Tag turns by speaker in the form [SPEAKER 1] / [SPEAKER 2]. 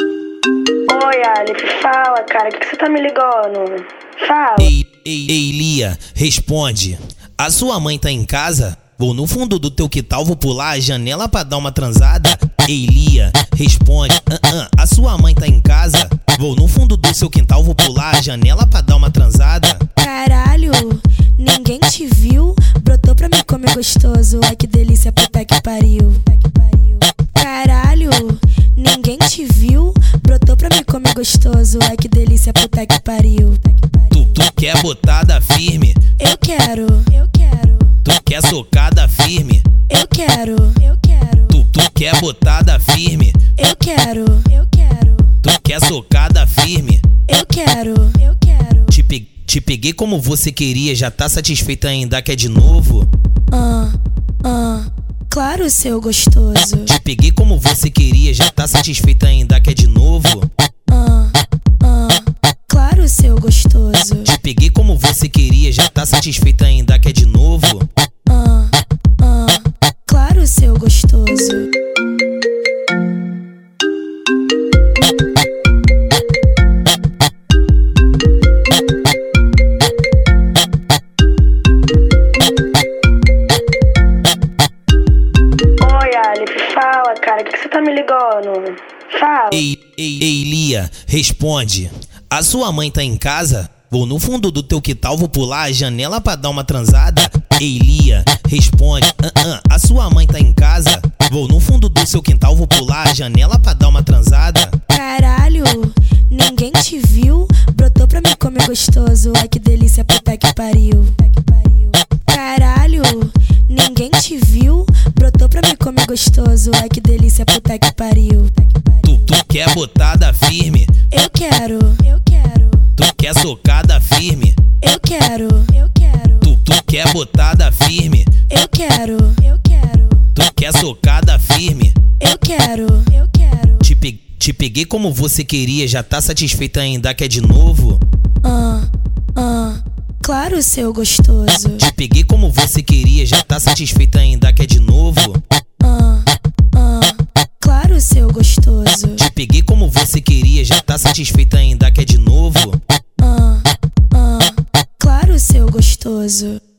[SPEAKER 1] Oi, Aleph, fala, cara, que, que você tá me ligando? Fala.
[SPEAKER 2] Ei, ei, ei, Lia, responde. A sua mãe tá em casa? Vou no fundo do teu quintal, vou pular a janela pra dar uma transada. Ei, Lia, responde. Ah, ah, a sua mãe tá em casa? Vou no fundo do seu quintal, vou pular a janela pra dar uma transada.
[SPEAKER 3] Caralho, ninguém te viu? Brotou pra me comer gostoso. Ai que delícia, puta que pariu. Caralho, ninguém te viu? Brotou pra me comer gostoso. Ai que delícia, puta que pariu.
[SPEAKER 2] Tu, tu quer botada firme?
[SPEAKER 3] Eu quero, eu quero,
[SPEAKER 2] Tu quer socada firme?
[SPEAKER 3] eu quero, eu quero,
[SPEAKER 2] Tu, tu quer botada firme?
[SPEAKER 3] eu quero, eu quero,
[SPEAKER 2] Tu quer socada firme?
[SPEAKER 3] eu quero, eu quero.
[SPEAKER 2] Te, pe- te peguei como você queria, já tá satisfeita ainda quer de novo?
[SPEAKER 3] Ah, ah, claro, seu gostoso.
[SPEAKER 2] Te peguei como você queria, já tá satisfeita ainda quer de novo?
[SPEAKER 3] Ah, ah, claro, seu gostoso.
[SPEAKER 2] Te peguei como você queria, já tá satisfeita ainda quer de novo?
[SPEAKER 3] Ah, ah, claro, seu gostoso.
[SPEAKER 1] Oi, Aleph, fala, cara, que, que você tá me ligando? Fala.
[SPEAKER 2] Ei, ei, ei, Lia, responde. A sua mãe tá em casa? Vou no fundo do teu quintal, vou pular a janela pra dar uma transada. Ei, Lia, responde. Ah, ah, a sua mãe tá em casa? Vou no fundo do seu quintal, vou pular a janela pra dar uma transada.
[SPEAKER 3] Caralho, ninguém te viu? Brotou pra me comer gostoso. Ai que delícia, puta que pariu. Caralho, ninguém te viu? Brotou pra me comer gostoso. Ai que delícia, puta que pariu.
[SPEAKER 2] Tu, tu quer botada firme?
[SPEAKER 3] Eu quero, eu quero,
[SPEAKER 2] Tu quer socada firme?
[SPEAKER 3] eu quero, eu quero,
[SPEAKER 2] Tu, tu quer botada firme?
[SPEAKER 3] eu quero, eu quero,
[SPEAKER 2] Tu quer socada firme?
[SPEAKER 3] eu quero, eu quero.
[SPEAKER 2] Te, pe- te peguei como você queria, já tá satisfeita ainda quer de novo?
[SPEAKER 3] Ah, ah, claro, seu gostoso.
[SPEAKER 2] Te peguei como você queria, já tá satisfeita ainda quer de novo?
[SPEAKER 3] Ah, ah, claro, seu gostoso.
[SPEAKER 2] Te peguei como você queria, já tá satisfeita ainda quer de novo?
[SPEAKER 3] Ah, ah, claro, seu gostoso.